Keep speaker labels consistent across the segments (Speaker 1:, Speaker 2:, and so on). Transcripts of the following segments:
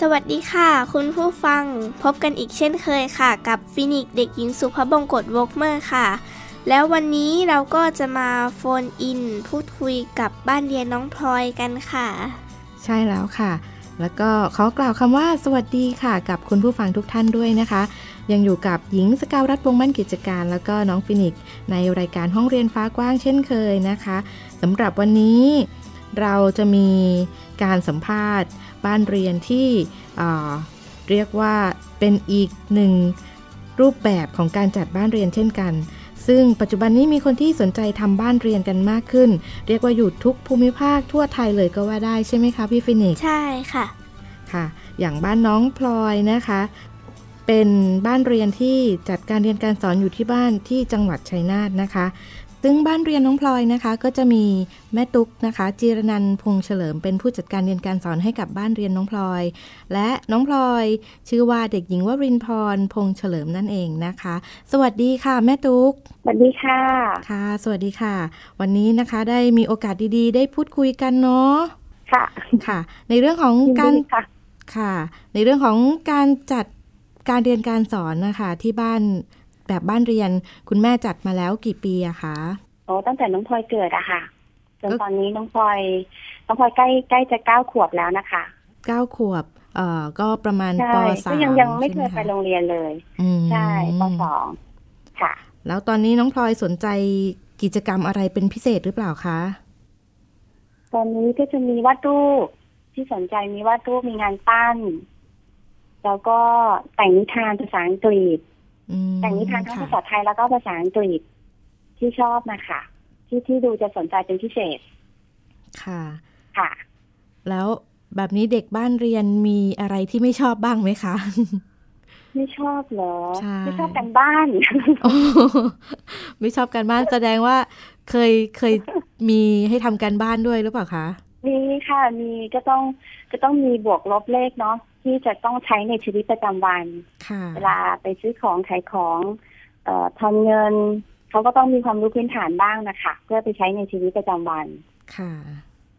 Speaker 1: สวัสดีค่ะ คุณผู้ฟังพบกันอีกเช่นเคยค่ะ กับฟินิกเด็กหญิงสุภบงกตวกเมอร์ค่ะ แล้ววันนี้เราก็จะมาโฟนอิน พูดคุยกับบ้านเรียนน้องพลอยกันค่ะ
Speaker 2: ใช่แล้วค่ะ แล้วก็ขอกล่าวคำว่าสวัสดีค่ะ กับคุณผู้ฟังทุกท่านด้วยนะคะ ยังอยู่กับหญิงสกาวรัฐวงศ์มั่นกิจการ แล้วก็น้องฟินิกซ์ในรายการห้องเรียนฟ้ากว้างเช่นเคยนะคะสำหรับวันนี้เราจะมีการสัมภาษณ์บ้านเรียนที่เอ่อเรียกว่าเป็นอีกหนึ่งรูปแบบของการจัดบ้านเรียนเช่นกัน ซึ่งปัจจุบันนี้มีคนที่สนใจทำบ้านเรียนกันมากขึ้น เรียกว่าอยู่ทุกภูมิภาคทั่วไทยเลยก็ว่าได้ใช่ไหมคะพี่ฟินิกซ์
Speaker 1: ใช่ค่ะ
Speaker 2: ค่ะ อย่างบ้านน้องพลอยนะคะ เป็นบ้านเรียนที่จัดการเรียนการสอนอยู่ที่บ้านที่จังหวัดชัยนาทนะคะ ซึ่งบ้านเรียนน้องพลอยนะคะ ก็จะมีแม่ตุ๊กนะคะ จีรนันท์พงษ์เฉลิมเป็นผู้จัดการเรียนการสอนให้กับบ้านเรียนน้องพลอย และน้องพลอย ชื่อว่าเด็กหญิงวรินพรพงษ์เฉลิมนั่นเองนะคะ สวัสดีค่ะแม่ตุ๊ก
Speaker 3: สวัสดีค่ะ
Speaker 2: ค่ะ สวัสดีค่ะ วันนี้นะคะได้มีโอกาสดีๆ ได้พูดคุยกันเนาะ
Speaker 3: ค่ะ
Speaker 2: ค่ะ ในเรื่องของ
Speaker 3: ยิน
Speaker 2: การ
Speaker 3: ดีค่ะ
Speaker 2: ค่ะ ในเรื่องของการจัดการเรียนการสอนนะคะ ที่บ้านแบบบ้านเรียนคุณแม่จัดมาแล้วกี่ปีอะคะ
Speaker 3: โอ้ตั้งแต่น้องพลอยเกิดอะค่ะ จน
Speaker 2: ก็
Speaker 3: ตอนนี้น้องพลอย น้องพลอยใกล้ใกล้จะเก้าขวบแล้วนะคะ
Speaker 2: เก้าขวบเอ่อก็ประมาณ
Speaker 3: ใช่
Speaker 2: ปสาม
Speaker 3: ก็ยังยังไม่เคยไป
Speaker 2: ใช่ห
Speaker 3: โรงเรียนเลย
Speaker 2: อืม
Speaker 3: ใช่ปสองค่ะ
Speaker 2: แล้วตอนนี้น้องพลอยสนใจกิจกรรมอะไรเป็นพิเศษหรือเปล่าคะ
Speaker 3: ตอนนี้ก็จะมีวาดรูปที่สนใจมีวาดรูปมีงานปั้น แล้วก็แต่งนิทานภาษาอังกฤษ
Speaker 2: อืม
Speaker 3: แต่งนิทานทั้งภาษา
Speaker 2: ค่ะ
Speaker 3: ไทยแล้วก็ภาษาอังกฤษที่ชอบนะคะที่ที่ดูจะสนใจเป็นพิเศษ
Speaker 2: ค่ะ
Speaker 3: ค่ะ
Speaker 2: แล้วแบบนี้เด็กบ้านเรียนมีอะไรที่ไม่ชอบบ้างไหมคะ
Speaker 3: ไม่ชอบเหรอ
Speaker 2: ใช่
Speaker 3: ไม่ชอบกันบ้าน
Speaker 2: โอ้ ไม่ชอบการบ้านแสดงว่าเคยเคยมีให้ทำการบ้านด้วยหรือเปล่าคะ
Speaker 3: มีค่ะมีก็ต้องก็ต้องมีบวกลบเลขเนาะที่จะต้องใช้ในชีวิตประจำวัน
Speaker 2: ค่ะ
Speaker 3: เวลาไปซื้อของขายของเอ่อทำเงินเขาก็ต้องมีความรู้พื้นฐานบ้างนะคะ เพื่อไปใช้ในชีวิตประจำวัน
Speaker 2: ค่ะ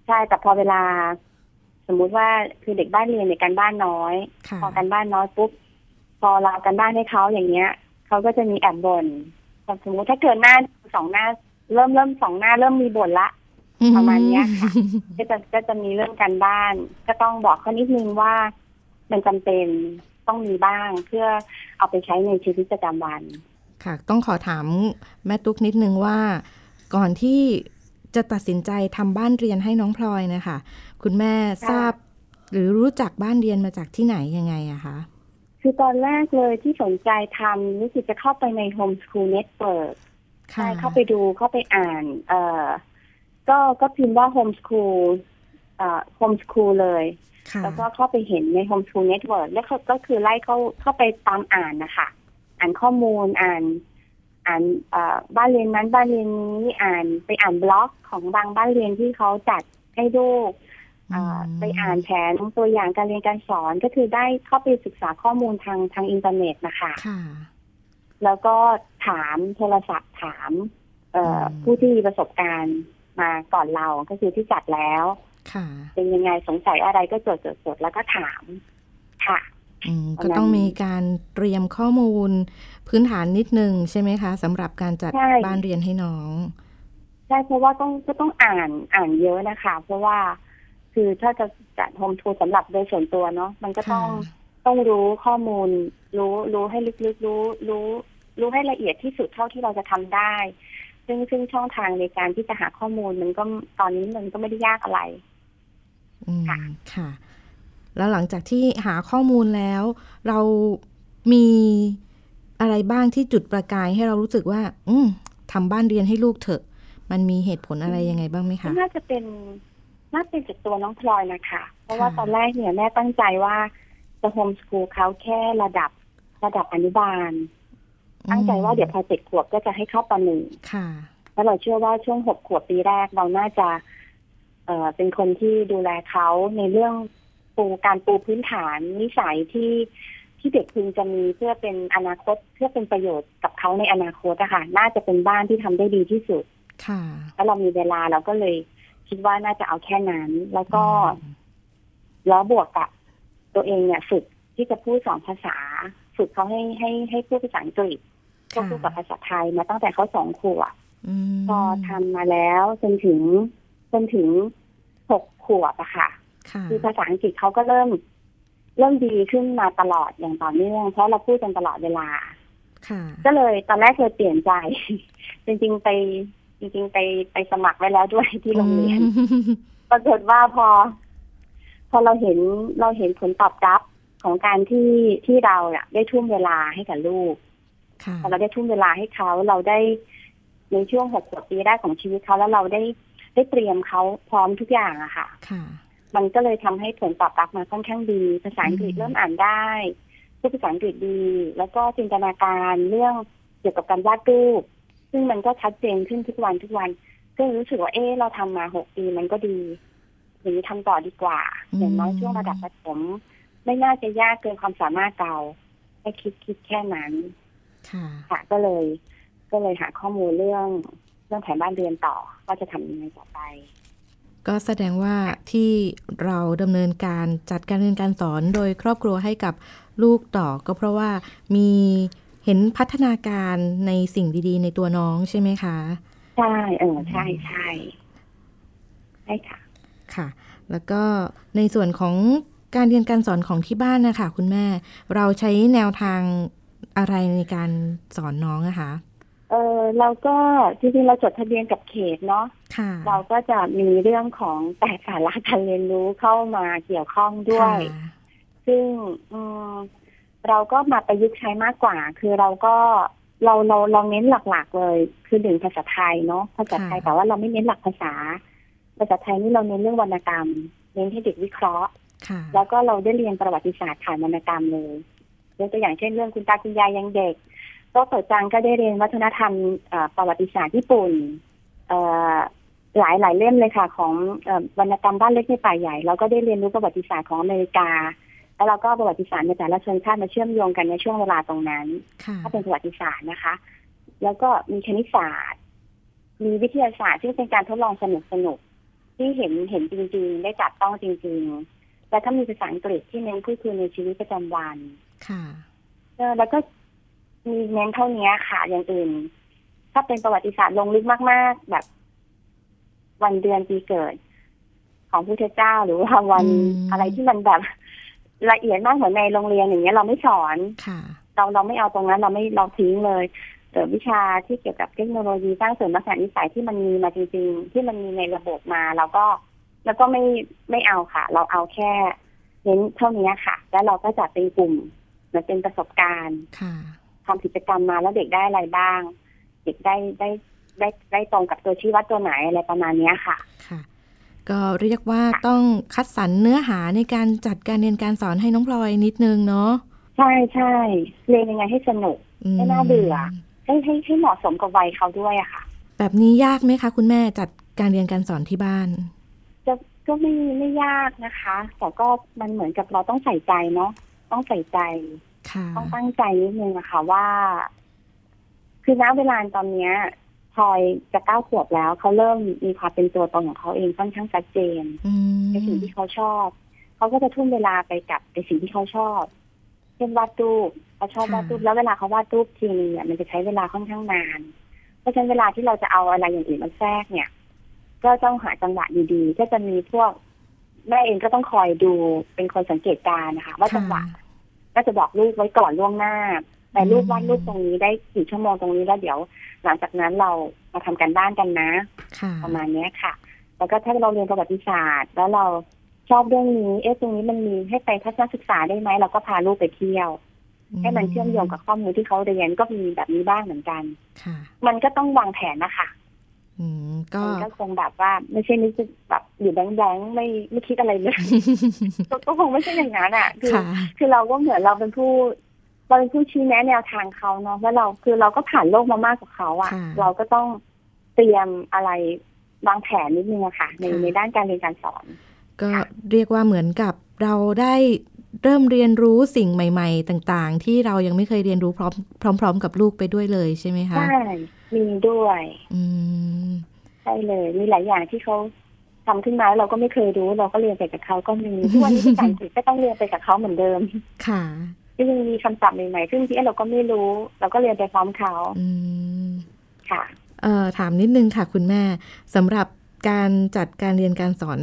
Speaker 3: ใช่แต่พอเวลา สมมุติว่าคือเด็กบ้านเรียนในยการบ้านน้อย
Speaker 2: ค่ะ
Speaker 3: พอการบ้านน้อยปุ๊บพอเราการบ้านให้เขาอย่างเงี้ยเขาก็จะมีแอบบ่นสมมติถ้าเกินหน้าสองหน้า เริ่มเริ่มสองหน้าเริ่มมีบ่นละ ประมาณเนี้ยค่ะ ก็จะก็จะมีเรื่องการบ้าน ก็ต้องบอกเขานิดนึงว่า มันจำเป็นต้องมีบ้างเพื่อเอาไปใช้ในชีวิตประจำวัน
Speaker 2: ค่ะ ต้องขอถามแม่ตุ๊กนิดนึงว่า ก่อนที่จะตัดสินใจทำบ้านเรียนให้น้องพลอยนะคะ คุณแม่
Speaker 3: ค่ะ
Speaker 2: ทราบ หรือรู้จักบ้านเรียนมาจากที่ไหนยังไงอะคะ
Speaker 3: คือตอนแรกเลยที่สนใจทำรู้สึกจะเข้าไปในโฮมส o ูลเน็ตเ o ิ k ใช่
Speaker 2: ค่ะ
Speaker 3: เข้าไปดูเข้าไปอ่าน เอ่อ ก็ก็พิมพ์ว่าโฮมส o ูลเอ่อโฮมส o ูลเลย
Speaker 2: ค่ะ
Speaker 3: แล้วก็เข้าไปเห็นใน Homeschool Network แล้วเขาก็คือไล่เข้าเข้าไปตามอ่านนะคะ อ่านข้อมูลอ่าน อ่านเอ่อบ้านเรียนนั้นบ้านเรียนนี้อ่านไปอ่านบล็อกของบางบ้านเรียนที่เขาจัดให้ลูกเอ่ออ
Speaker 2: ม
Speaker 3: ไปอ่านแผนตัวอย่างการเรียนการสอนก็คือได้เข้าไปศึกษาข้อมูลทางทางอินเทอร์เน็ตนะคะ
Speaker 2: ค่ะ
Speaker 3: แล้วก็ถามโทรศัพท์ถาม เอ่ออ
Speaker 2: ม
Speaker 3: ผู้ที่มีประสบการณ์มาก่อนเราก็คือที่จัดแล้ว
Speaker 2: ค่ะ
Speaker 3: เป็นยังไงสงสัยอะไรก็จดจดจดแล้วก็ถาม ค่ะ
Speaker 2: อืม
Speaker 3: ประมาณ
Speaker 2: ก็ต้องมีการเตรียมข้อมูลพื้นฐานนิดนึงใช่ไหมคะสำหรับการจัด
Speaker 3: ใช่
Speaker 2: บ้านเรียนให้น้อง
Speaker 3: ใช่เพราะว่าต้องก็ต้องอ่านอ่านเยอะนะคะ เพราะว่าคือถ้าจะจัดโฮมทูสำหรับโดยส่วนตัวเนาะมันก็ต้อง
Speaker 2: ค่ะ
Speaker 3: ต้องรู้ข้อมูล รู้รู้ให้ลึกๆรู้รู้ รู้ให้ละเอียดที่สุดเท่าที่เราจะทำได้ ซึ่งซึ่งช่องทางในการที่จะหาข้อมูลมันก็ตอนนี้มันก็ไม่ได้ยากอะไร
Speaker 2: อืม
Speaker 3: ค่ะ
Speaker 2: ค่ะ แล้วหลังจากที่หาข้อมูลแล้ว เรามีอะไรบ้างที่จุดประกายให้เรารู้สึกว่า อืมทำบ้านเรียนให้ลูกเถอะ มันมีเหตุผลอะไรยังไงบ้างไหม
Speaker 3: ก็
Speaker 2: คะ
Speaker 3: น่าจะเป็นน่าเป็นจากตัวน้องพลอยนะคะ เพราะว่า
Speaker 2: ค่ะ
Speaker 3: ตอนแรกเนี่ยแม่ตั้งใจว่า จะโฮมสกูลเขาแค่ระดับระดับอนุบาล ตั้งใจว่าเดี๋ยวพอเจ็ดขวบก็จะให้เข้าปหนึ่ง
Speaker 2: ค่ะ
Speaker 3: แล้วเราเชื่อว่าช่วงหกขวบปีแรกเราน่าจะ เอ่อเป็นคนที่ดูแลเขาในเรื่องปูการปูพื้นฐานนิสัยที่ที่เด็กพึงจะมีเพื่อเป็นอนาคตเพื่อเป็นประโยชน์กับเขาในอนาคตอะค่ะน่าจะเป็นบ้านที่ทำได้ดีที่สุด
Speaker 2: ค่ะ
Speaker 3: แล้วเรามีเวลาเราก็เลยคิดว่าน่าจะเอาแค่นั้น แล้วก็แล้วบวกกับตัวเองเนี่ยฝึกที่จะพูดสองภาษา ฝึกเขาให้ให้ให้พูดภาษาอังกฤษ
Speaker 2: ค่ะ
Speaker 3: ก็พูดกับภาษาไทยมาตั้งแต่เขาสองขวบ
Speaker 2: ม
Speaker 3: พอทำมาแล้วจนถึงจนถึงหกขวบอะค่ะ
Speaker 2: ค่ะ
Speaker 3: คือภาษาอังกฤษเขาก็เริ่ม เริ่มดีขึ้นมาตลอดอย่างต่อเนื่อง เพราะเราพูดกันตลอดเวลา
Speaker 2: ค่ะ
Speaker 3: ก็เลยตอนแรกเลยเปลี่ยนใจ จริงๆไปจริงๆไปไปสมัครไว้แล้วด้วยที่โรงเรียน ปรากฏว่าพอ พอเราเห็นเราเห็นผลตอบรับของการที่ที่เราเนี่ยได้ทุ่มเวลาให้กับลูก
Speaker 2: ค่ะ
Speaker 3: เราได้ทุ่มเวลาให้เขาเราได้ในช่วงหกขวบปีแรกของชีวิตเขาแล้วเราได้ได้เตรียมเขาพร้อมทุกอย่างอะค่ะ
Speaker 2: ค่ะ
Speaker 3: มันก็เลยทำให้ผลตอบรับมาค่อนข้างดี ภาษาอังกฤษ
Speaker 2: อืม
Speaker 3: เริ่มอ่านได้พูดภาษาอังกฤษดี แล้วก็จินตนาการเรื่องเกี่ยวกับการวาดรูปซึ่งมันก็ชัดเจนขึ้นทุกวันทุกวัน ก็เลยรู้สึกว่าเออเราทำมาหกปีมันก็ดีอย่างนี้ทำต่อดีกว่าอย่างน้อยช่วงระดับประถมไม่น่าจะยากเกินความสามารถเราแค่คิดคิดแค่นั้น
Speaker 2: ค่ะ
Speaker 3: ค่ะก็เลย ก็เลยหาข้อมูลเรื่องเรื่องแผนบ้านเรียนต่อว่าจะทำยังไงต่อไป
Speaker 2: ก็แสดงว่าที่เราดำเนินการจัดการเรียนการสอนโดยครอบครัวให้กับลูกต่อก็เพราะว่ามีเห็นพัฒนาการในสิ่งดีๆ ในตัวน้องใช่ไหมคะ
Speaker 3: ใช่ เออใช่ใช่ใช่ค่ะ
Speaker 2: ค่ะ แล้วก็ในส่วนของการเรียนการสอนของที่บ้านนะคะคุณแม่ เราใช้แนวทางอะไรในการสอนน้องอะคะ
Speaker 3: เออเราก็จริงๆเราจดทะเบียนกับเขตเนาะ
Speaker 2: ค่ะ
Speaker 3: เราก็จะมีเรื่องของแปดสาระการเรียนรู้เข้ามาเกี่ยวข้องด้วย
Speaker 2: ค่ะ
Speaker 3: ซึ่งอืมเราก็มาประยุกต์ใช้มากกว่า คือเราก็เราเราเราเน้นหลักๆเลย คือหนึ่งภาษาไทยเนาะภาษาไทยแต่ว่าเราไม่เน้นหลักภาษา ภาษาไทยนี่เราเน้นเรื่องวรรณกรรม เน้นให้เด็กวิเคราะห์
Speaker 2: ค่ะ
Speaker 3: แล้วก็เราได้เรียนประวัติศาสตร์ผ่านวรรณกรรมเลยยกตัวอย่างเช่นเรื่องคุณตาคุณยายยังเด็กโต๊ะเปิดจังก็ได้เรียนวัฒนธรรมเอ่อประวัติศาสตร์ญี่ปุ่นเอ่อหลายหลายเล่มเลยค่ะ ของเอ่อวรรณกรรมบ้านเล็กในป่าใหญ่เราก็ได้เรียนรู้ประวัติศาสตร์ของอเมริกา แล้วเราก็เอาประวัติศาสตร์ในแต่ละชนชาติมาเชื่อมโยงกันในช่วงเวลาตรงนั้น
Speaker 2: ค่ะ
Speaker 3: ถ้าเป็นประวัติศาสตร์นะคะ แล้วก็มีคณิตศาสตร์ มีวิทยาศาสตร์ซึ่งเป็นการทดลองสนุกสนุกๆที่เห็นเห็นจริง ๆ ได้จับต้องจริง ๆ แล้วถ้ามีภาษาอังกฤษที่เน้นพูดคุยในชีวิตประจำวัน
Speaker 2: ค่ะ
Speaker 3: เออแล้วก็มีเน้นเท่านี้ค่ะ อย่างอื่น ถ้าเป็นประวัติศาสตร์ลงลึกมาก ๆ แบบ วันเดือนปีเกิด ของพระเจ้าหรือว่าวัน
Speaker 2: อืม
Speaker 3: อะไรที่มันแบบละเอียดมากเหมือนในโรงเรียนอย่างเงี้ยเราไม่สอน
Speaker 2: ค่ะ
Speaker 3: เราเราไม่เอาตรงนั้นเราไม่เราทิ้งเลยเอ่อวิชาที่เกี่ยวกับเทคโนโลยีสร้างเสริมลักษณะนิสัยที่มันมีมาจริง ๆ ที่มันมีในระบบมาเราก็แล้วก็ไม่ไม่เอาค่ะ เราเอาแค่เน้นเท่านี้ค่ะ แล้วเราก็จัดเป็นกลุ่มเหมันเป็นประสบการณ์
Speaker 2: ค่ะ
Speaker 3: ทำกิจกรรมมาแล้วเด็กได้อะไรบ้าง เด็กได้ได้ได้ได้ตรงกับตัวชี้วัดตัวไหนอะไรประมาณเนี้ยค่ะ
Speaker 2: ค่ะ ก็เรียกว่าต้องคัดสรรเนื้อหาในการจัดการเรียนการสอนให้น้องพลอยนิดนึงเนาะ
Speaker 3: ใช่ใช่เรียนยังไงให้สนุก
Speaker 2: อื
Speaker 3: ไม่น่าเบื่อ ให้ให้ให้เหมาะสมกับวัยเขาด้วยอะค่ะ
Speaker 2: แบบนี้ยากไหมคะ คุณแม่จัดการเรียนการสอนที่บ้าน
Speaker 3: จะก็ไม่ไม่ยากนะคะ แต่ก็มันเหมือนกับเราต้องใส่ใจเนาะต้องใส่ใจ
Speaker 2: ค่ะ
Speaker 3: ต้องตั้งใจนิดนึงอะค่ะว่า คือณเวลาตอนเนี้ยพลอยจะเก้าขวบแล้ว เขาเริ่มมีความเป็นตัวตนของเขาเองค่อนข้างชัดเจน
Speaker 2: อืม
Speaker 3: ในสิ่งที่เขาชอบ เขาก็จะทุ่มเวลาไปกับในสิ่งที่เขาชอบ เช่นวาดรูปเขาชอบวาดรูปแล้วเวลาเขาวาดรูปทีนึงเนี่ยมันจะใช้เวลาค่อนข้างนาน เพราะฉะนั้นเวลาที่เราจะเอาอะไรอย่างอื่นมาแทรกเนี่ย ก็ต้องหาจังหวะดีๆ ก็จะมีพวกแม่เองก็ต้องคอยดูเป็นคนสังเกตการณ์นะคะ ว่าจังหวะ
Speaker 2: ค่
Speaker 3: ก็จะบอกลูกไว้ก่อนล่วงหน้า แต่ลูก
Speaker 2: อืม
Speaker 3: วาดรูปตรงนี้ได้กี่ชั่วโมงตรงนี้แล้วเดี๋ยว หลังจากนั้นเรามาทำกันบ้านกันนะ
Speaker 2: ค่ะ
Speaker 3: ประมาณเนี้ยค่ะ แล้วก็ถ้าเราเรียนประวัติศาสตร์ แล้วเราชอบเรื่องนี้ เอ๊ะ ตรงนี้มันมีให้ไปทัศนศึกษาได้ไหม เราก็พาลูกไปเที่ยว ให้มันเชื่อมโยงกับข้อมูลที่เขาเรียนก็มีแบบนี้บ้างเหมือนกัน
Speaker 2: ค่ะ
Speaker 3: มันก็ต้องวางแผนนะคะ
Speaker 2: อื อืมก็
Speaker 3: มันก็คงแบบว่า ไม่ใช่นึกแบบอยู่แบงค์ๆไม่ไม่คิดอะไร เลย ก็คงไม่ใช่อย่างนั้นอ่ะคือ
Speaker 2: ค่ะ
Speaker 3: คือเราก็เหมือนเราเป็นผู้เราเป็นผู้ชี้แนะแนวทางเขาเนาะแล้วเราคือเราก็ผ่านโลกมามากกว่าเขาอะ
Speaker 2: ค่ะ
Speaker 3: เราก็ต้องเตรียมอะไรวางแผนนิดนึงอะค่ะ ใน
Speaker 2: ค่ะ
Speaker 3: ในด้านการเรียนการสอน
Speaker 2: ก็เรียกว่าเหมือนกับเราได้เริ่มเรียนรู้สิ่งใหม่ ๆ ต่างๆ ที่เรายังไม่เคยเรียนรู้พร้อมพร้อม ๆ กับลูกไปด้วยเลยใช่ไหมคะ
Speaker 3: ใช่มีด้วย
Speaker 2: อืม
Speaker 3: ใช่เลย มีหลายอย่างที่เขาทำขึ้นมาแล้วเราก็ไม่เคยรู้ เราก็เรียนไปกับเขาก็ มีทุกวันนี้ภาษาอังกฤษก็ต้องเรียนไปกับเขาเหมือนเดิม
Speaker 2: ค่ะ
Speaker 3: ก็ยังมีคำศัพท์ใหม่ๆซึ่งที่เราก็ไม่รู้ เราก็เรียนไปพร้อมเขา
Speaker 2: อืม
Speaker 3: ค่ะ
Speaker 2: เอ่อถามนิดนึงค่ะคุณแม่สำหรับการจัดการเรียนการสอน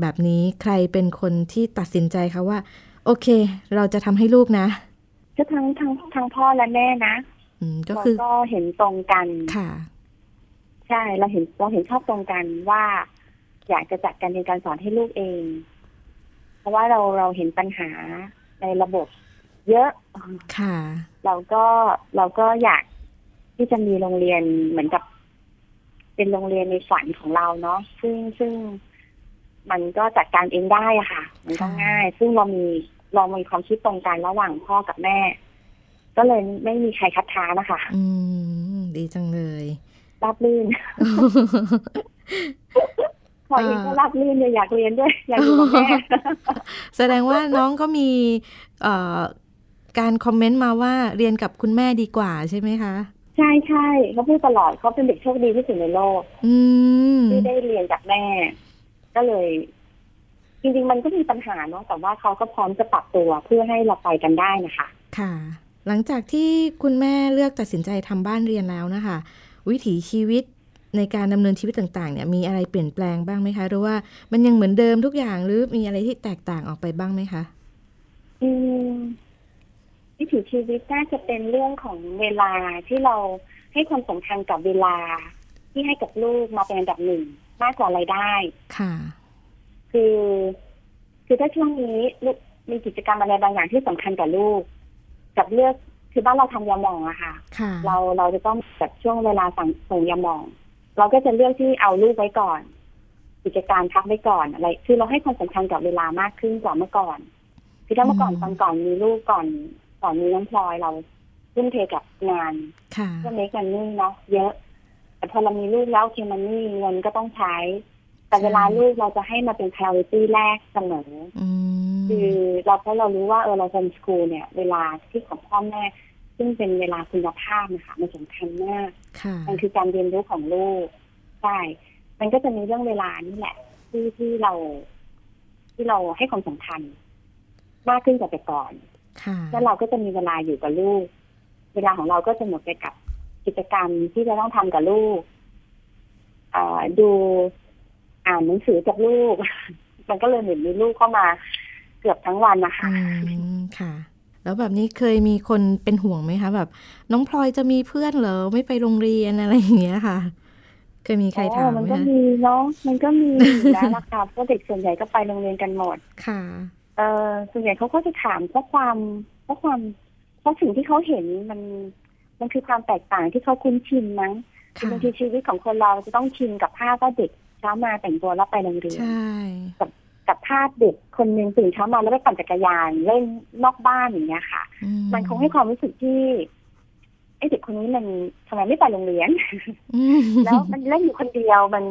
Speaker 2: แบบนี้ใครเป็นคนที่ตัดสินใจคะว่า โอเค เราจะทำให้ลูกนะ
Speaker 3: ก็ทั้งทั้งทั้งพ่อและแม่นะ
Speaker 2: อืมก็
Speaker 3: เรา
Speaker 2: คือ
Speaker 3: ก็เห็นตรงกัน
Speaker 2: ค่ะ
Speaker 3: ใช่เราเห็นเราเห็นชอบตรงกันว่า อยากจะจัดการเรียนการสอนให้ลูกเอง เพราะว่าเราเราเห็นปัญหาในระบบ เยอะ
Speaker 2: ค่ะ
Speaker 3: เราก็เราก็อยากที่จะมีโรงเรียนเหมือนกับ เป็นโรงเรียนในฝันของเราเนาะซึ่งซึ่งมันก็จัดการเองได้อะค่ะ มันก็
Speaker 2: ค่ะ
Speaker 3: ง่าย ซึ่งเรามีเรามีความคิดตรงกันระหว่างพ่อกับแม่ ก็เลยไม่มีใครคัดค้านนะคะ
Speaker 2: อืมดีจังเลย
Speaker 3: ราบรื่น พอเองก็รับลื่นเลยอยากเรียนด้วย อยากอยู่กับแม่
Speaker 2: แสดงว่าน้องก็มีเอ่อการคอมเมนต์มาว่าเรียนกับคุณแม่ดีกว่าใช่ไหมคะ
Speaker 3: ใช่ใช่เขาพูดตลอดเขาเป็นเด็กโชคดีที่สุดในโลก
Speaker 2: อืม
Speaker 3: ที่ได้เรียนจากแม่ ก็เลย จริงๆมันก็มีปัญหาเนาะแต่ว่าเขาก็พร้อมจะปรับตัวเพื่อให้เราไปกันได้นะคะ
Speaker 2: ค่ะ หลังจากที่คุณแม่เลือกตัดสินใจทำบ้านเรียนแล้วนะคะ วิถีชีวิตในการดำเนินชีวิตต่างๆ เนี่ยมีอะไรเปลี่ยนแปลงบ้างไหมคะ หรือว่ามันยังเหมือนเดิมทุกอย่างหรือมีอะไรที่แตกต่างออกไปบ้างไหมคะ
Speaker 3: อืมวิถีชีวิตน่าจะเป็นเรื่องของเวลาที่เราให้ความสำคัญกับเวลา ที่ให้กับลูกมาเป็นอันดับหนึ่งมากกว่ารายได้
Speaker 2: ค่ะ
Speaker 3: คือ คือถ้าช่วงนี้ลูกมีกิจกรรมอะไรบางอย่างที่สำคัญกับลูก กับเลือกคือบ้านเราทำยาหมองอะค่ะ
Speaker 2: ค่ะ
Speaker 3: เราเราจะต้องจัดช่วงเวลาสั่งส่งยาหมอง เราก็จะเลือกที่เอาลูกไว้ก่อน กิจการพักไว้ก่อนอะไร คือเราให้ความสำคัญกับเวลามากขึ้นกว่าเมื่อก่อนคือถ้าเมื่อก่อน
Speaker 2: อืม
Speaker 3: ตอนก่อนมีลูกก่อนก่อนมีน้องพลอยเราทุ่มเทกับงาน
Speaker 2: ค่ะ
Speaker 3: เพื่อเมคมันนี่เนาะเยอะ แต่พอเรามีลูกแล้วโอเคมันนี่เงินก็ต้องใช้ แต่เวลา
Speaker 2: ใช่
Speaker 3: ลูกเราจะให้มาเป็น priority แรกเสมอ
Speaker 2: อื
Speaker 3: อ
Speaker 2: ม
Speaker 3: คือเราเพราะเรารู้ว่าเออเรา homeschool เนี่ย เวลาที่ของพ่อแม่ ซึ่งเป็นเวลาคุณภาพนะคะมันสำคัญมาก
Speaker 2: ค่ะ
Speaker 3: มันคือการเรียนรู้ของลูกใช่มันก็จะมีเรื่องเวลานี่แหละ ที่ที่เรา ที่เราให้ความสำคัญ มากขึ้นกว่าแต่ก่อน
Speaker 2: ค่ะ
Speaker 3: แล้วเราก็จะมีเวลาอยู่กับลูก เวลาของเราก็จะหมดไปกับกิจกรรมที่จะต้องทำกับลูกเอ่อดูอ่านหนังสือกับลูก มันก็เลยเหมือนมีลูกเข้ามาเกือบทั้งวันนะคะ
Speaker 2: อืมค่ะ แล้วแบบนี้เคยมีคนเป็นห่วงไหมคะ แบบ น้องพลอยจะมีเพื่อนเหรอไม่ไปโรงเรียนอะไรอย่างเงี้ยค่ะ เคยมีใครถาม
Speaker 3: โอ้มัน
Speaker 2: ไหม
Speaker 3: ก็
Speaker 2: คะ
Speaker 3: มีเนาะ มันก็มีอยู่แล้วล่ะค่ะเพราะเด็กส่วนใหญ่ก็ไปโรงเรียนกันหมด
Speaker 2: ค่ะ
Speaker 3: เออส่วนใหญ่เขาก็จะถามเพราะความเพราะความเพราะสิ่งที่เขาเห็นมัน มันคือความแตกต่างที่เขาคุ้นชินมั้ง
Speaker 2: ค่ะ
Speaker 3: บางทีชีวิตของคนเราจะต้องชินกับภาพว่าเด็กเช้ามาแต่งตัวแล้วไปโรงเรียน
Speaker 2: ใช่
Speaker 3: กับภาพเด็กคนหนึ่งตื่นเช้ามาแล้วไปปั่นจักรยานเล่นนอกบ้านอย่างเงี้ยค่ะ
Speaker 2: อื
Speaker 3: มันคงให้ความรู้สึกที่ไอะเด็กคนนี้มันทำไมไม่ไปโรงเรียน
Speaker 2: อืม
Speaker 3: แล้วมันเล่นอยู่คนเดียวมัน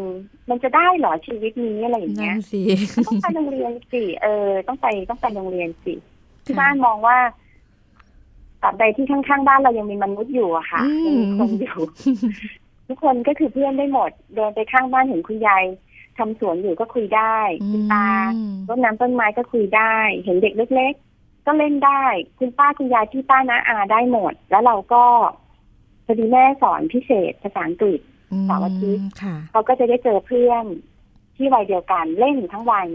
Speaker 3: มันจะได้เหรอชีวิตนี้อะไรอย่างเงี้
Speaker 2: นั่
Speaker 3: ย
Speaker 2: นสิ
Speaker 3: ต้องไปโรงเรียนสิ เออ ต้องไปต้องไปโรงเรียนสิ ที่
Speaker 2: ค่ะ
Speaker 3: บ้านมองว่าตราบใดที่ข้างๆบ้านเรายังมีมนุษย์อยู่อะค่ะ
Speaker 2: อื
Speaker 3: ยัง
Speaker 2: ม
Speaker 3: มีคนอยู่ ทุกคนก็คือเพื่อนได้หมด เดินไปข้างบ้านเห็นคุณยายทำสวนอยู่ก็คุยได้คุณตา
Speaker 2: อืม
Speaker 3: รดน้ำต้นไม้ก็คุยได้ เห็นเด็กเล็กๆก็เล่นได้ คุณป้าคุณยายที่ป้านะอาได้หมด แล้วเราก็พอดีแม่สอนพิเศษภาษาอังกฤษ เสาร์อาทิตย์
Speaker 2: ค่ะ
Speaker 3: เขาก็จะได้เจอเพื่อนที่วัยเดียวกันเล่นทั้งวัน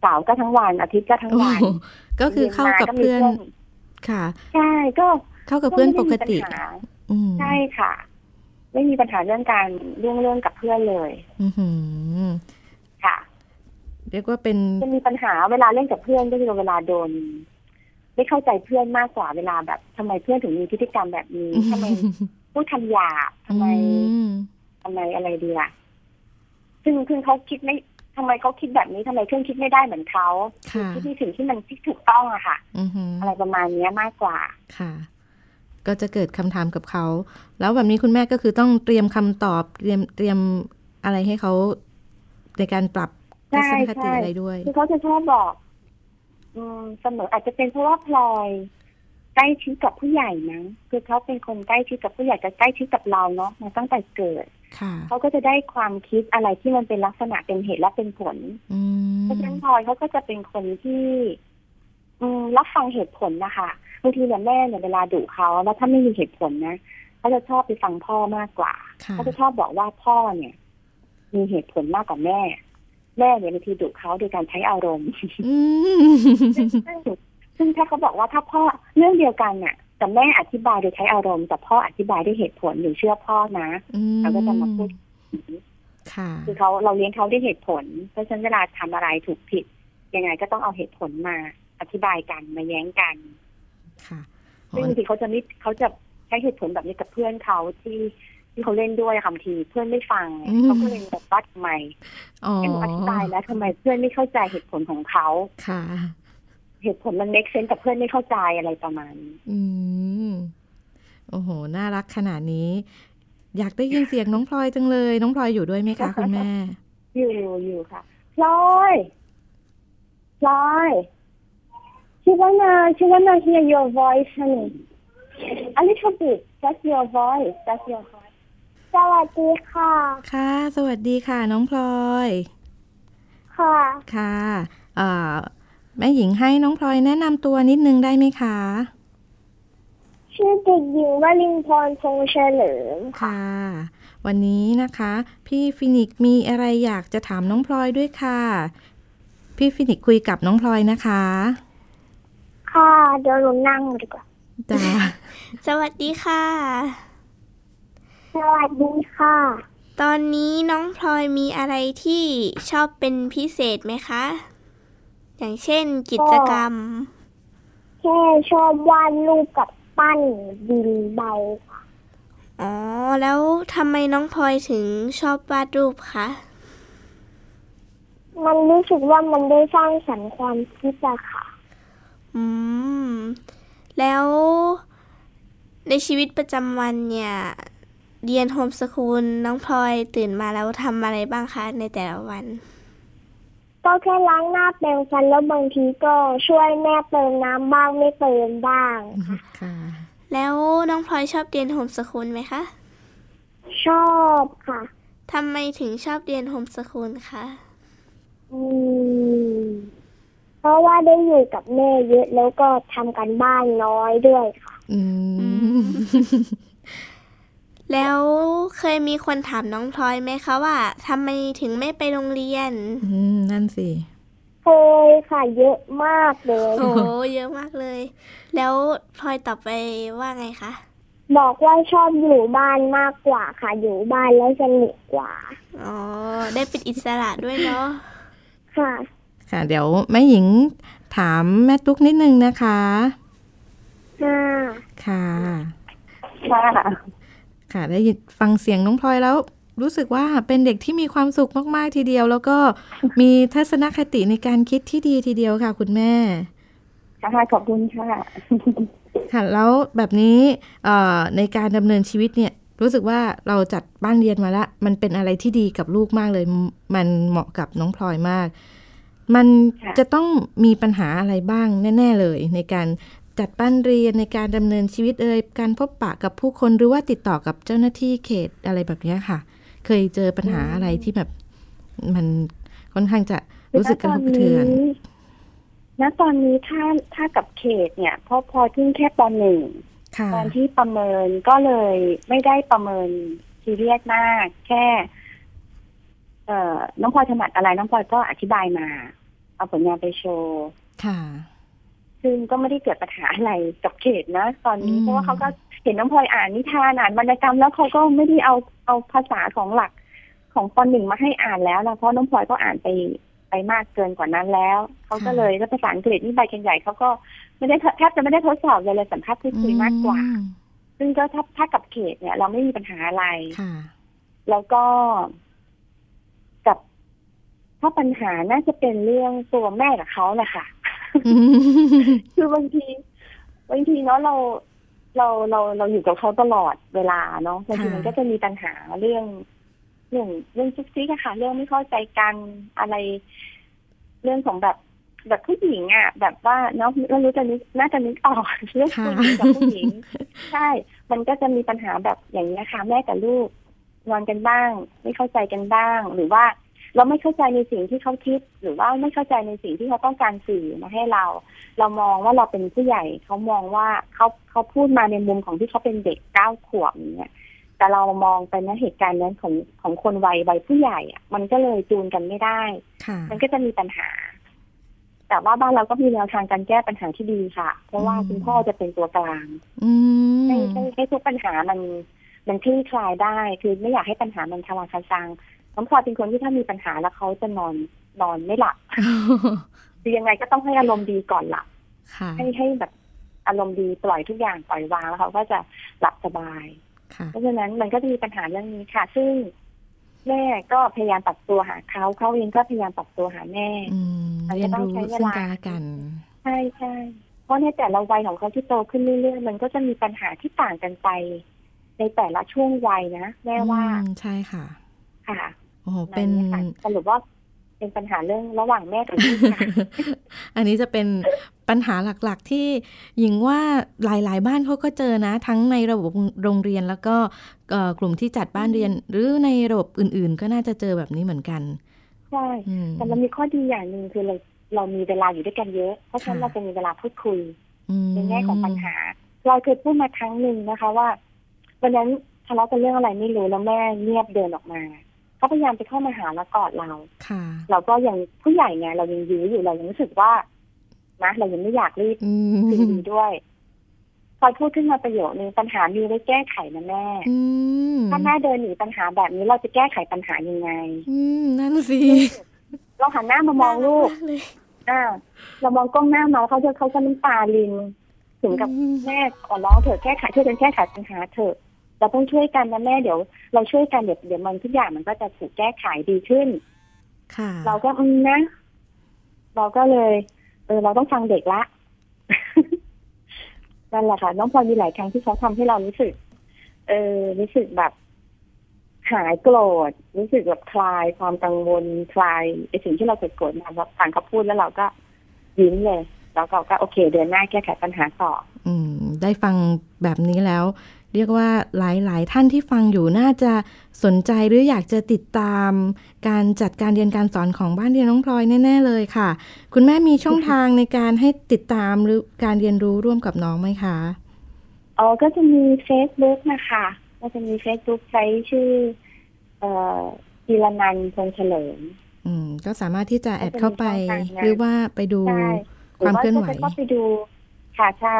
Speaker 3: เสาร์ก็ทั้งวันอาทิตย์ก็ทั้ง
Speaker 2: โอ้
Speaker 3: วัน
Speaker 2: โหก็คือเข้ากับเพื่อน
Speaker 3: ย็มาก็มี
Speaker 2: ค่ะ
Speaker 3: ใช่ก็
Speaker 2: เข้ากับเพื่อนปกติ
Speaker 3: ไม่ได้มีญหา
Speaker 2: อืม
Speaker 3: ใช่ค่ะ ไม่มีปัญหาเรื่องการร่วงเรื่องกับเพื่อนเลย
Speaker 2: อือหือ
Speaker 3: ค่ะ
Speaker 2: เรียกว่าเป็น
Speaker 3: จะมีปัญหาเวลาเล่นกับเพื่อนก็คือเวลาโดน ไม่เข้าใจเพื่อนมากกว่าเวลาแบบทำไมเพื่อนถึงมีพฤติกรรมแบบนี้ทำไมพูดคำหยาบทำไม
Speaker 2: อืม
Speaker 3: ทำไมอะไรดีล่ะซึ่งซึ่งเขาคิดไม่ทำไมเขาคิดแบบนี้ทำไมเครื่องคิดไม่ได้เหมือนเขา
Speaker 2: ค่ะ
Speaker 3: คิดในสิ่งที่มันที่ถูกต้องอะค่ะ
Speaker 2: อือหือ
Speaker 3: อะไรประมาณเนี้ยมากกว่า
Speaker 2: ค่ะ ก็จะเกิดคำถามกับเขา แล้วแบบนี้คุณแม่ก็คือต้องเตรียมคำตอบ เตรียมเตรียมอะไรให้เขาในการปรับ
Speaker 3: ใช่
Speaker 2: ทัศนคติ
Speaker 3: ใช่
Speaker 2: อะไรด้วย
Speaker 3: คือเขาจะชอบบอก อืมเสมออาจจะเป็นเพราะว่าพลอยใกล้ชิดกับผู้ใหญ่นะคือเขาเป็นคนใกล้ชิดกับผู้ใหญ่จะใกล้ชิดกับเราเนาะมาตั้งแต่เกิด
Speaker 2: ค่ะ
Speaker 3: เขาก็จะได้ความคิดอะไรที่มันเป็นลักษณะเป็นเหตุและเป็นผล
Speaker 2: อืม
Speaker 3: เพราะฉะนั้นพลอยเขาก็จะเป็นคนที่ อืมรับฟังเหตุผลนะคะบางทีเนี่ยแม่เนี่ยเวลาดุเขาแล้วถ้าไม่มีเหตุผลนะเขาจะชอบไปฟังพ่อมากกว่า
Speaker 2: ค่ะ
Speaker 3: เขาจะชอบบอกว่าพ่อเนี่ย มีเหตุผลมากกว่าแม่ แม่เนี่ยบางทีดุเขาโดยการใช้อารมณ์
Speaker 2: อืม
Speaker 3: ซึ่งซึ่งถ้าเขาบอกว่าถ้าพ่อเรื่องเดียวกันน่ะ แต่แม่อธิบายโดยใช้อารมณ์แต่พ่ออธิบายด้วยเหตุผลหรือเชื่อพ่อนะ เราก็จะมาพูด
Speaker 2: ค่ะ
Speaker 3: คือเขาเราเลี้ยงเขาด้วยเหตุผล เพราะฉะนั้นเวลาทำอะไรถูกผิด ยังไงก็ต้องเอาเหตุผลมาอธิบายกันมาแย้งกัน
Speaker 2: ค่ะอ๋อ
Speaker 3: ซึ่งบางทีเขาจะไม่เขาจะใช้เหตุผลแบบนี้กับเพื่อนเขาที่ที่เขาเล่นด้วยค่ะบางทีเพื่อนไม่ฟังเขาก็เลยแบบว่าทำไม
Speaker 2: อ๋อ
Speaker 3: ให้หนูอธิบายแล้วทำไมเพื่อนไม่เข้าใจเหตุผลของเขา
Speaker 2: ค่ะ
Speaker 3: เหตุผลมันเมคเซนแต่เพื่อนไม่เข้าใจอะไรประมาณนี้
Speaker 2: อืม โอ้โห น่ารักขนาดนี้ อยากได้ยินเสียงน้องพลอยจังเลย น้องพลอยอยู่ด้วยไหมคะ คุณแม่
Speaker 3: อยู่อยู่ค่ะพลอยพลอยชิวานาชิวานา hear your voice honey a little bit just your voice just your voice สวัสดีค่ะ
Speaker 2: ค่ะ สวัสดีค่ะ น้องพลอย
Speaker 3: ค่ะ
Speaker 2: ค่ะเอ่อแม่หญิงให้น้องพลอยแนะนำตัวนิดนึงได้ไหมคะ
Speaker 3: ชื่อเด็กหญิงวลินพรพงษ์เฉลิม
Speaker 2: ค่ะ วันนี้นะคะ พี่ฟินิกซ์มีอะไรอยากจะถามน้องพลอยด้วยค่ะ พี่ฟินิกซ์คุยกับน้องพลอยนะคะ
Speaker 3: ค่ะ เดี๋ยวหนูนั่งดีกว่า
Speaker 2: จ้า
Speaker 1: สวัสดีค่ะ
Speaker 3: สวัสดีค่ะ
Speaker 1: ตอนนี้น้องพลอยมีอะไรที่ชอบเป็นพิเศษไหมคะ อย่างเช่นกิจกรรม
Speaker 3: แค่ชอบวาดรูปกับปั้นดินใบ
Speaker 1: อ๋อ แล้วทำไมน้องพลอยถึงชอบวาดรูปคะ
Speaker 3: มันรู้สึกว่ามันได้สร้างสรรค์ความคิดอะค่ะ
Speaker 1: อืม แล้วในชีวิตประจำวันเนี่ย เรียนโฮมสคูลน้องพลอยตื่นมาแล้วทำอะไรบ้างคะ ในแต่ละวัน
Speaker 3: ก็แค่ล้างหน้าแปรงฟันแล้วบางทีก็ช่วยแม่เติมน้ำบ้างไม่เติมบ้าง
Speaker 2: ค่ะ
Speaker 1: แล้วน้องพลอยชอบเรียนโฮมสคูลไหมคะ
Speaker 3: ชอบค่ะ
Speaker 1: ทำไมถึงชอบเรียนโฮมสคูลคะ
Speaker 3: อืม เพราะว่าได้อยู่กับแม่เยอะแล้วก็ทำกันบ้านน้อยด้วยค่ะ
Speaker 2: อืม
Speaker 1: แล้วเคยมีคนถามน้องพลอยไหมคะว่าทำไมถึงไม่ไปโรงเรียน
Speaker 2: อืม นั่นสิ
Speaker 3: เคยค่ะ เยอะมากเลย
Speaker 1: โอ้โหเยอะมากเลย แล้วพลอยตอบไปว่าไงคะ
Speaker 3: บอกว่าชอบอยู่บ้านมากกว่าค่ะ อยู่บ้านแล้วสนุกกว่า
Speaker 1: อ๋อ ได้เป็นอิสระด้วยเนาะ
Speaker 3: ค่ะ
Speaker 2: ค่ะ เดี๋ยวแม่หญิงถามแม่ตุ๊กนิดนึงนะคะ
Speaker 3: ค่ะ
Speaker 2: ค่ะ
Speaker 3: ค่ะ
Speaker 2: ค่ะ ได้ยินฟังเสียงน้องพลอยแล้ว รู้สึกว่าเป็นเด็กที่มีความสุขมาก ๆ ทีเดียว แล้วก็มีทัศนคติในการคิดที่ดีทีเดียวค่ะ คุณแม่
Speaker 3: ค่ะขอบคุณค่ะ
Speaker 2: ค่ะ แล้วแบบนี้เอ่อในการดำเนินชีวิตเนี่ย รู้สึกว่าเราจัดบ้านเรียนมาละมันเป็นอะไรที่ดีกับลูกมากเลย มันเหมาะกับน้องพลอยมาก มัน
Speaker 3: ค่ะ
Speaker 2: จะต้องมีปัญหาอะไรบ้างแน่ ๆ เลย ในการจัดบ้านเรียนในการดำเนินชีวิตเอ่ยการพบปะกับผู้คนหรือว่าติดต่อกับเจ้าหน้าที่เขตอะไรแบบเนี้ยค่ะ เคยเจอปัญหาอะไรที่แบบมันค่อนข้างจะรู้สึกกระทบกระเทือน
Speaker 3: ณตอนนี้ถ้าถ้ากับเขตเนี่ยเพราะพอเพิ่งแค่ปหนึ่ง
Speaker 2: ค่ะ
Speaker 3: ตอนที่ประเมินก็เลยไม่ได้ประเมินซีเรียสมาก แค่ เอ่อน้องพลอยถนัดอะไรน้องพลอยก็อธิบายมา เอาผลงานไปโชว์
Speaker 2: ค่ะ
Speaker 3: ซึ่งก็ไม่ได้เกิดปัญหาอะไรกับเขตนะ ตอนนี้
Speaker 2: อืม
Speaker 3: เพราะว่าเขาก็เห็นน้องพลอยอ่านนิทานอ่านวรรณกรรมแล้วเขาก็ไม่ได้เอาเอาภาษาของหลักของปหนึ่งมาให้อ่านแล้วนะเพราะน้องพลอยก็อ่านไปไปมากเกินกว่านั้นแล้วเขาก็เลยแล้วภาษาอังกฤษนี่ใบกันใหญ่เขาก็ไม่ได้แทบจะไม่ได้ทดสอบเลยเลยสัมภาษณ์พูดคุยมากกว่า
Speaker 2: อืม
Speaker 3: ซึ่งก็ถ้าถ้ากับเขตเนี่ยเราไม่มีปัญหาอะไร
Speaker 2: ค่ะ
Speaker 3: แล้วก็กับถ้าปัญหาน่าจะเป็นเรื่องตัวแม่กับเขาแหละค่ะ
Speaker 2: อืม
Speaker 3: คือบางทีบางทีเนาะเราเราเราเราอยู่กับเขาตลอดเวลาเนาะบางทีมันก็จะมีปัญหาเรื่องเรื่องเรื่องซุกซิกอะค่ะ เรื่องไม่เข้าใจกันอะไร เรื่องของแบบแบบผู้หญิงอะแบบว่าเนาะเรารู้จะนึกน่าจะนึกออก เรื่องผู้หญิงกับผู้หญิง ใช่ มันก็จะมีปัญหาแบบอย่างนี้นะคะ แม่กับลูกงอนกันบ้าง ไม่เข้าใจกันบ้าง หรือว่าเราไม่เข้าใจในสิ่งที่เขาคิด หรือว่าไม่เข้าใจในสิ่งที่เขาต้องการสื่อมาให้เรา เรามองว่าเราเป็นผู้ใหญ่เขามองว่าเขาเขาพูดมาในมุมของที่เขาเป็นเด็กเก้าขวบอย่างเนี่ยแต่เรามองไปในเหตุการณ์นั้นของของคนวัยวัยผู้ใหญ่อะมันก็เลยจูนกันไม่ได้
Speaker 2: ค่ะ
Speaker 3: มันก็จะมีปัญหา แต่ว่าบ้านเราก็มีแนวทางการแก้ปัญหาที่ดีค่ะ เพราะว่า
Speaker 2: อืม
Speaker 3: คุณพ่อจะเป็นตัวกลาง
Speaker 2: อืม
Speaker 3: ให้ให้ให้ทุกปัญหามันมันคลี่คลายได้ คือไม่อยากให้ปัญหามันทะลาคาซังน้องพลอยเป็นคนที่ถ้ามีปัญหาแล้วเขาจะนอนนอนไม่หลับคือยังไงก็ต้องให้อารมณ์ดีก่อนหลับ
Speaker 2: ค่ะ
Speaker 3: ให้ให้แบบอารมณ์ดีปล่อยทุกอย่างปล่อยวางแล้วเขาก็จะหลับสบาย
Speaker 2: ค่ะ
Speaker 3: เพราะฉะนั้นมันก็จะมีปัญหาเรื่องนี้ค่ะ ซึ่งแม่ก็พยายามปรับตัวหาเขาเขาเองก็พยายามปรับตัวหาแม่
Speaker 2: อืม
Speaker 3: อาจ
Speaker 2: เรีย
Speaker 3: จะ
Speaker 2: น
Speaker 3: ต้อง
Speaker 2: รู้
Speaker 3: ใช้เวลา
Speaker 2: ซึ่งกันและกัน
Speaker 3: ใช่ใช่เพราะในแต่ละวัยของเขาที่โตขึ้นเรื่อยๆมันก็จะมีปัญหาที่ต่างกันไป ในแต่ละช่วงวัยนะแม่ว่า
Speaker 2: อืมใช่ค่ะ
Speaker 3: ค่ะ
Speaker 2: โอ้โห
Speaker 3: ป
Speaker 2: เป็
Speaker 3: ระ
Speaker 2: น
Speaker 3: มาณค่ะสรุปว่าเป็นปัญหาเรื่องระหว่างแม่กับลูกค่ะ
Speaker 2: อันนี้จะเป็นปัญหาหลักๆที่หญิงว่าหลายๆ บ้านเขาก็เจอนะ ทั้งในระบบโรงเรียนแล้วก็เอ่อกลุ่มที่จัดบ้านเรียน หรือในระบบอื่นๆ ก็น่าจะเจอแบบนี้เหมือนกัน
Speaker 3: ใช่
Speaker 2: อืม
Speaker 3: แต่มันมีข้อดีอย่างหนึ่งคือเราเรามีเวลาอยู่ด้วยกันเยอะ เพราะฉะนั้น
Speaker 2: ค่ะ
Speaker 3: เราจะมีเวลาพูดคุย
Speaker 2: อืม
Speaker 3: ในแง่ของปัญหา เราเคยพูดมาครั้งหนึ่งนะคะว่าวันนั้นทะเลาะกันเรื่องอะไรไม่รู้แล้วแม่เงียบเดินออกมาเขาพยายามจะเข้ามาหาแล้วกอดเรา
Speaker 2: ค่ะ
Speaker 3: เราก็ยังผู้ใหญ่ไงเรายังยื้ออยู่เรายังรู้สึกว่านะเรายังไม่อยากรีบ
Speaker 2: อื
Speaker 3: คืน
Speaker 2: ม
Speaker 3: ดีด้วยพลอยพูดขึ้นมาประโยคนึงปัญหามีไว้แก้ไขนะแม่
Speaker 2: อืม
Speaker 3: ถ้าแม่เดินหนีปัญหาแบบนี้เราจะแก้ไขปัญหายังไง
Speaker 2: อืมนั่นสิ
Speaker 3: เราหันหน้ามามองลูก
Speaker 1: น่ารัมากเลย
Speaker 3: อ่าเรามองกล้องหน้ามาเขาจะเขาจะน้ำตาลินถึงกับ แม่ขอร้องเถอะแก้ไขช่วยกันแก้ไขปัญหาเถอะเราต้องช่วยกันนะแม่เดี๋ยว เราช่วยกันเดี๋ยวเดี๋ยวมันทุกอย่างมันก็จะถูกแก้ไขดีขึ้น
Speaker 2: ค่ะ
Speaker 3: เราก็อืมนะ เราก็เลย เออ เราต้องฟังเด็กละ นั่นแหละค่ะน้องพลอยมีหลายครั้งที่เขาทำให้เรารู้สึก เออ รู้สึกแบบหายโกรธรู้สึกแบบคลายความกังวลคลายไอสิ่งที่เราเกิดโกรธมาแบบฟังเขาพูดแล้วเราก็ยิ้มเลยแล้วเราก็โอเค เดินหน้าแก้ไขปัญหาต่อ
Speaker 2: อืมได้ฟังแบบนี้แล้ว เรียกว่าหลายๆ ท่านที่ฟังอยู่น่าจะสนใจหรืออยากจะติดตาม การจัดการเรียนการสอนของบ้านเรียนน้องพลอยแน่ ๆ เลยค่ะ คุณแม่มีช่องทางในการให้ติดตามหรือการเรียนรู้ร่วมกับน้องไหมคะ
Speaker 3: เออก็จะมี Facebook นะคะ ก็จะมี Facebook ใช้ชื่อ เอ่อธีรนันท์พงษ์เฉลิม
Speaker 2: อืมก็สามารถที่จะแอด
Speaker 3: ก็จะมี
Speaker 2: เข้าไป
Speaker 3: ช่องทางนะ
Speaker 2: หรือว่าไปดู
Speaker 3: ใช่รือ
Speaker 2: ความเคลื่อนไหว
Speaker 3: จะเข้าไปดู ค่ะใช่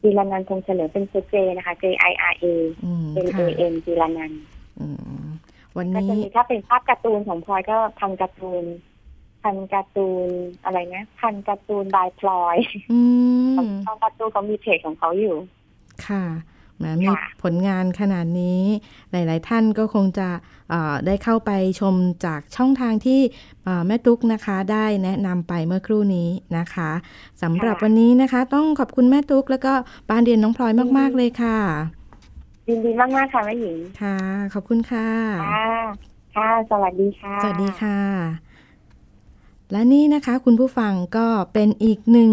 Speaker 3: ธีรนันท์พงษ์เฉลิมเป็นตัวเจนะคะ J I R A
Speaker 2: อืม
Speaker 3: N
Speaker 2: ค่ะ
Speaker 3: A N ธีรนันท์
Speaker 2: อืมวัน
Speaker 3: ก็
Speaker 2: นี้
Speaker 3: จะมีถ้าเป็นภาพการ์ตูนของพลอยก็พันการ์ตูนพันการ์ตูนอะไรนะพันการ์ตูนบายพลอย
Speaker 2: อืม
Speaker 3: ทางการ์ตูนเขามีเพจของเขาอยู่
Speaker 2: ค่ะแหมมี
Speaker 3: ค่ะ
Speaker 2: ผลงานขนาดนี้ หลาย ๆ ท่านก็คงจะเอ่อได้เข้าไปชมจากช่องทางที่เอ่อแม่ตุ๊กนะคะได้แนะนำไปเมื่อครู่นี้นะคะสำหรับวันนี้นะคะ ต้องขอบคุณแม่ตุ๊ก แล้วก็บ้านเรียนน้องพลอยมาก ๆ เลยค่ะ
Speaker 3: ยินดีมากๆค่ะแม่หญิง
Speaker 2: ค่ะ ขอบคุณค่ะ
Speaker 3: ค่ะค่ะ สวัสดีค่ะ
Speaker 2: สวัสดีค่ะ และนี่นะคะคุณผู้ฟังก็เป็นอีกหนึ่ง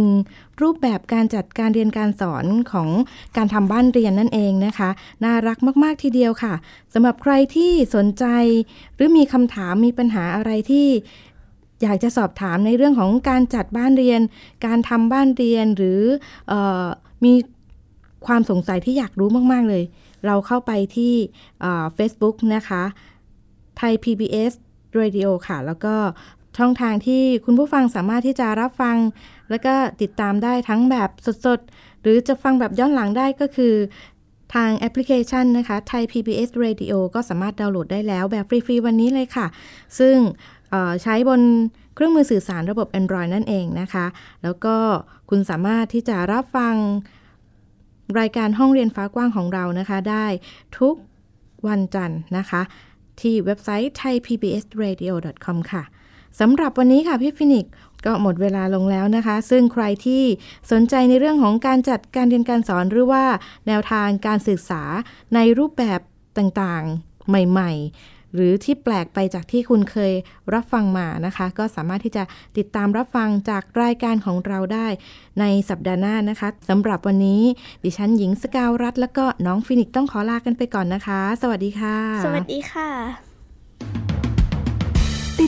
Speaker 2: รูปแบบการจัดการเรียนการสอนของการทำบ้านเรียนนั่นเองนะคะ น่ารักมาก ๆ ทีเดียวค่ะสำหรับใครที่สนใจ หรือมีคำถามมีปัญหาอะไรที่ อยากจะสอบถามในเรื่องของการจัดบ้านเรียน การทำบ้านเรียนหรือเออมีความสงสัยที่อยากรู้มาก ๆ เลย เราเข้าไปที่เอ่อ Facebook นะคะ ไทย PBS Radio ค่ะ แล้วก็ช่องทางที่คุณผู้ฟังสามารถที่จะรับฟัง แล้วก็ติดตามได้ทั้งแบบสดๆ หรือจะฟังแบบย้อนหลังได้ก็คือทางแอปพลิเคชันนะคะ ไทย PBS Radio ก็สามารถดาวน์โหลดได้แล้วแบบฟรี ๆ วันนี้เลยค่ะ ซึ่งเอ่อใช้บนเครื่องมือสื่อสารระบบ Android นั่นเองนะคะ แล้วก็คุณสามารถที่จะรับฟังรายการห้องเรียนฟ้ากว้างของเรานะคะ ได้ทุกวันจันทร์นะคะ ที่เว็บไซต์ thaipbsradio.com ค่ะสำหรับวันนี้ค่ะพี่ฟินิกส์ก็หมดเวลาลงแล้วนะคะ ซึ่งใครที่สนใจในเรื่องของการจัดการเรียนการสอนหรือว่าแนวทางการศึกษาในรูปแบบต่างๆ ใหม่ๆ หรือที่แปลกไปจากที่คุณเคยรับฟังมานะคะ ก็สามารถที่จะติดตามรับฟังจากรายการของเราได้ ในสัปดาห์หน้านะคะสำหรับวันนี้ ดิฉันหญิงสกาวรัฐ แล้วก็น้องฟินิกส์ต้องขอลากันไปก่อนนะคะ สวัสดีค่ะ
Speaker 1: สวัสดีค่ะ
Speaker 4: ต